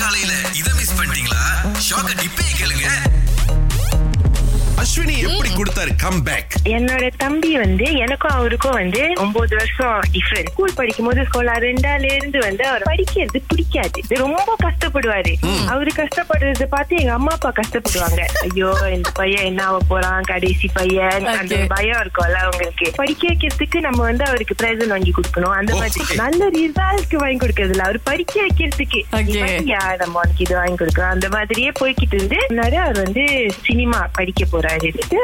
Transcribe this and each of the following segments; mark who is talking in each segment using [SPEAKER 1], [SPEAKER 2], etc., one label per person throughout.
[SPEAKER 1] காலையில இத மிஸ் பண்ணிட்டீங்களா ஷாக்க டிப்பே கேளுங்க
[SPEAKER 2] அஸ்வினி எப்படி கொடுத்தாரு கம் பேக்
[SPEAKER 3] என்னோட தம்பி வந்து எனக்கும் அவருக்கும் வந்து ஒன்பது வருஷம் டிஃபரன்ஸ் ஸ்கூல் படிக்கும் போது ஸ்கூல்ல ரெண்டால இருந்து வந்து அவர் படிக்கிறது பிடிக்காது இது ரொம்ப கஷ்டப்படுவாரு அவரு கஷ்டப்படுறத பார்த்து எங்க அம்மா அப்பா கஷ்டப்படுவாங்க ஐயோ இந்த பையன் என்ன ஆக போறான் கடைசி பையன் அந்த
[SPEAKER 4] Okay.
[SPEAKER 3] பயம் இருக்கும்ல அவங்களுக்கு படிக்க வைக்கிறதுக்கு நம்ம வந்து அவருக்கு பிரைஸ் வாங்கி கொடுக்கணும்
[SPEAKER 4] Oh.
[SPEAKER 3] அந்த
[SPEAKER 2] Okay.
[SPEAKER 3] மாதிரி நல்ல ரிசல்ட் வாங்கி கொடுக்கறதுல அவர் படிக்க வைக்கிறதுக்கு நீ
[SPEAKER 4] Okay.
[SPEAKER 3] பாத்தியா, நம்ம உனக்கு இது வாங்கி கொடுக்குறோம் அந்த மாதிரியே போய்கிட்டு இருந்து முன்னாடி அவர் வந்து சினிமா படிக்க போறாரு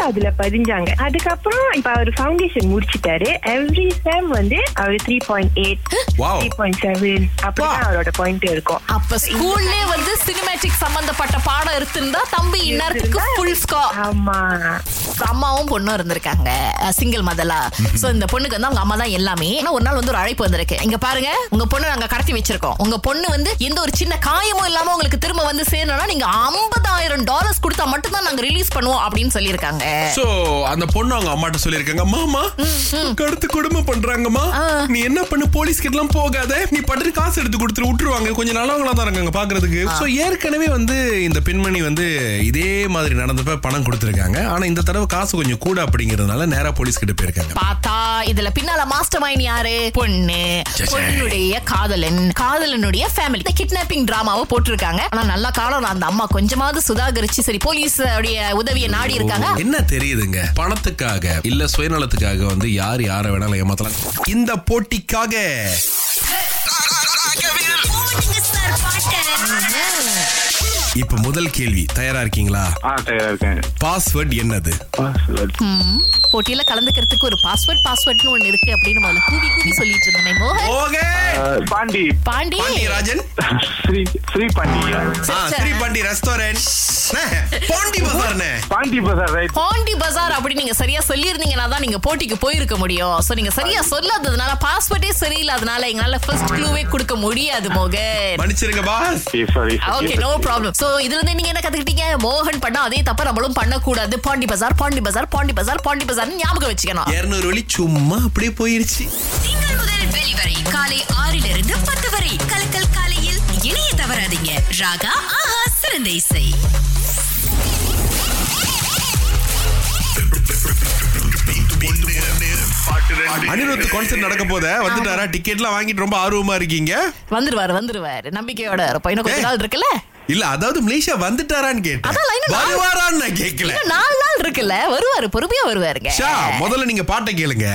[SPEAKER 3] அதுல பதிஞ்சாங்க அதுக்கப்புறம் இப்ப அவர் ஃபவுண்டேஷன் முடிச்சிட்டாரு எவ்ரி செம் வந்து அவர் three point eight
[SPEAKER 2] Wow.
[SPEAKER 3] Three point seven அப்படிதான்
[SPEAKER 2] Wow.
[SPEAKER 3] அவரோட பாயிண்ட் இருக்கும்
[SPEAKER 4] அப்ப ஸ்கூல்ல வந்து சினிமேட்டிக் சம்பந்தப்பட்ட பாடம் எடுத்திருந்தா தம்பி இந்நேரத்துக்கு ஃபுல் ஸ்கார்
[SPEAKER 3] ஆமா
[SPEAKER 4] அம்மாவும் பொண்ணும் இருந்திருக்காங்க சிங்கிள் மதலா சோ இந்த பொண்ணுக்கு வந்து அவங்க அம்மா தான் எல்லாமே ஆனா ஒரு நாள் வந்து ஒரு அழைப்பு வந்திருக்கு இங்க பாருங்க உங்க பொண்ணு நாங்க கடத்தி வச்சிருக்கோம் உங்க பொண்ணு வந்து எந்த ஒரு சின்ன காயமும் இல்லாம உங்களுக்கு திரும்ப வந்து சேரணும்னா நீங்க ஐம்பதாயிரம் டாலர்ஸ் கொடுத்தா மட்டும் தான் நாங்க ரிலீஸ் பண்ணுவோம் அப்படின்னு சொல்லியிருக்காங்க
[SPEAKER 2] சோ அந்த பொண்ணு அவங்க அம்மாட்ட சொல்லிருக்காங்க மாமா கடுத்து கொடுமை பண்றாங்கம்மா
[SPEAKER 4] ஆ.
[SPEAKER 2] நீ என்ன பண்ணு போலீஸ் கிட்ட எல்லாம் போகாத நீ பட்டு காசு எடுத்து கொடுத்துட்டு விட்டுருவாங்க கொஞ்சம் நல்லவங்களா தான் இருக்காங்க பாக்குறதுக்கு சோ ஏற்கனவே வந்து இந்த பெண்மணி வந்து இதே மாதிரி நடந்தப்ப பணம் கொடுத்திருக்காங்க ஆனா இந்த தடவை காசு கொஞ்சம் கூட அப்படிங்கறதுனால நேரா போலீஸ் கிட்ட போயிருக்காங்க
[SPEAKER 4] பார்த்தா இதுல பின்னால மாஸ்டர் மைண்ட் யாரு பொண்ணு பொண்ணுடைய காதலன் காதலனுடைய ஃபேமிலி இந்த கிட்னாப்பிங் டிராமாவை போட்டிருக்காங்க ஆனா நல்ல காலம் நான் அந்த அம்மா கொஞ்சமாவது சுதாகரிச்சு சரி போலீஸ் உடைய உதவியை நாடி இருக்காங்க
[SPEAKER 2] என்ன தெரியுதுங்க பணத்துக்காக இல்ல சுயநலத்துக்காக வந்து யார் யாரை வேணாலும் ஏமாத்தலாம் இந்த போட்டிக்காக இப்ப முதல் கேள்வி தயாரா இருக்கீங்களா
[SPEAKER 5] ஆ தயாரா இருக்கேன்
[SPEAKER 2] பாஸ்வேர்ட் என்னது
[SPEAKER 5] பாஸ்வேர்ட்
[SPEAKER 4] ம், போட்டியில கலந்துக்கிறதுக்கு ஒரு பாஸ்வேர்ட் பாஸ்வேர்ட்னு ஒண்ணு இருக்கு அப்படின்னு முதல்ல கூவி கூவி சொல்லிட்டு இருந்தேன் மோகன்
[SPEAKER 2] ஓகே
[SPEAKER 5] பாண்டி
[SPEAKER 4] பாண்டி
[SPEAKER 2] ராஜன்
[SPEAKER 5] ஸ்ரீ ஸ்ரீ பாண்டியா
[SPEAKER 2] ஆ, ஸ்ரீ பாண்டி ரெஸ்டாரண்ட் பாண்டி பசார்னே
[SPEAKER 5] பாண்டி பசார் ரைட்
[SPEAKER 4] பாண்டி பஜார் அப்படி நீங்க சரியா சொல்லியிருந்தீங்கன்னா தான் நீங்க போட்டிக்கு போயிருக்க முடியும் சோ நீங்க சரியா சொல்லாததுனால பாஸ்வேர்டே சரியில்லாதனால எங்களால ஃபர்ஸ்ட் க்ளூவே கொடுக்க முடியாது மோகன்
[SPEAKER 2] மன்னிச்சிருங்க boss
[SPEAKER 5] sorry
[SPEAKER 4] okay no problem so இதுல இருந்து நீங்க என்ன கத்துக்கிட்டீங்க மோகன் பண்ணா அதே தப்ப நம்மளும் பண்ணக்கூடாது பாண்டி பஜார் பாண்டி பஜார் பாண்டி பஜார் பாண்டி பஜார் ஞாபகம் வச்சுக்கணும்
[SPEAKER 2] இருநூறு வழி சும்மா அப்படியே போயிருச்சு
[SPEAKER 6] திங்கள் முதல் வெளிவரை காலை ஆறிலிருந்து பத்து வரை கலக்கல் காலையில் இணைய தவறாதீங்க ராகா ஆஹா சிறந்த இசை
[SPEAKER 2] அனிருத் கான்சர்ட் நடக்க போத வந்துட்டாரா டிக்கெட்லாம் வாங்கிட்டு ரொம்ப ஆர்வமா இருக்கீங்க
[SPEAKER 4] வந்துருவாரு வந்துருவாரு நம்பிக்கையோட இருப்போம் இன்னும் கொஞ்ச
[SPEAKER 2] ஏய்.
[SPEAKER 4] நாள் இருக்குல்ல
[SPEAKER 2] இல்ல அதாவது மலேசியா வந்துட்டாரான்னு கேட்டேன்
[SPEAKER 4] அதான் line ல நான்-
[SPEAKER 2] வருவாரான்னு நான் கேட்கல
[SPEAKER 4] இன்னும் நாலு நாள் இருக்குல்ல வருவாரு பொறுமையா வருவாருங்க
[SPEAKER 2] ஷா முதல்ல நீங்க பாட்டை கேளுங்க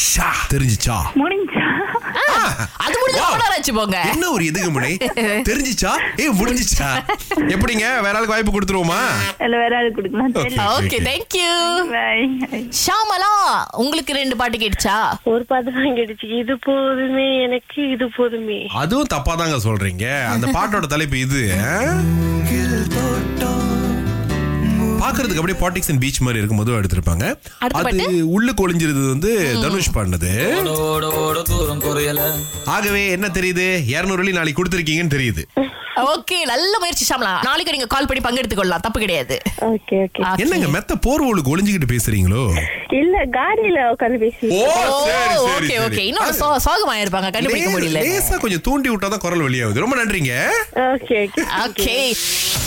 [SPEAKER 2] ஷா தெரிஞ்சுச்சா
[SPEAKER 7] முடிஞ்சா
[SPEAKER 4] ஆ, அது முடிஞ்ச
[SPEAKER 2] Wow.
[SPEAKER 4] ஆர்டர் ஆச்சு போங்க
[SPEAKER 2] என்ன ஒரு எதுக்கு முனை தெரிஞ்சுச்சா ஏ முடிஞ்சுச்சா எப்படிங்க வேற ஆளுக்கு வாய்ப்பு கொடுத்துருவோமா
[SPEAKER 7] இல்ல வேற ஆள் கொடுக்கலாம் சரி
[SPEAKER 2] Okay,
[SPEAKER 4] okay
[SPEAKER 2] okay.
[SPEAKER 4] Thank you
[SPEAKER 7] bye
[SPEAKER 4] Shyamala உங்களுக்கு ரெண்டு பாட்டு கேட்டுச்சா
[SPEAKER 8] ஒரு பாட்டு தான் கேட்டுச்சு இது போதுமே எனக்கு இது போதுமே
[SPEAKER 2] அதுவும் தப்பாதாங்க சொல்றீங்க அந்த பாட்டோட தலைப்பு இது ஆ? பாக்குறதுக்கு அப்படியே பாட்டிக்ஸ் அண்ட் பீச் மாதிரி இருக்கும்போது எடுத்திருப்பாங்க
[SPEAKER 4] அடுத்த
[SPEAKER 2] அது
[SPEAKER 4] பாட்டு?
[SPEAKER 2] உள்ளுக்கு ஒளிஞ்சிருந்தது வந்து தனுஷ் பாடினது
[SPEAKER 9] ஓட ஓட தூரம் குறையல
[SPEAKER 2] ஆகவே என்ன தெரியுது இருநூறு வழி நாளைக்கு கொடுத்துருக்கீங்கன்னு தெரியுது
[SPEAKER 4] ஓகே நல்ல முயற்சி ஷாமலா நாளைக்கு நீங்க கால் பண்ணி பங்கெடுத்துக் கொள்ளலாம் தப்பு கிடையாது
[SPEAKER 8] ஓகே ஓகே
[SPEAKER 4] Okay.
[SPEAKER 2] என்னங்க மெத்த போர்வலுக்கு ஒளிஞ்சுக்கிட்டு பேசுறீங்களோ
[SPEAKER 8] இல்ல காடியில உட்காந்து பேசி
[SPEAKER 2] ஓ
[SPEAKER 4] ஓ,
[SPEAKER 2] சரி சரி
[SPEAKER 4] ஓகே ஓகே
[SPEAKER 2] சரி.
[SPEAKER 4] Oh, இன்னொரு சோ- சோகமா இருப்பாங்க கண்டுபிடிக்க
[SPEAKER 2] லே-
[SPEAKER 4] முடியல
[SPEAKER 2] லேசா கொஞ்சம் தூண்டி விட்டாதான் குரல் வெளியாகுது ரொம்ப நன்றிங்க
[SPEAKER 8] ஓகே ஓகே
[SPEAKER 4] ஓகே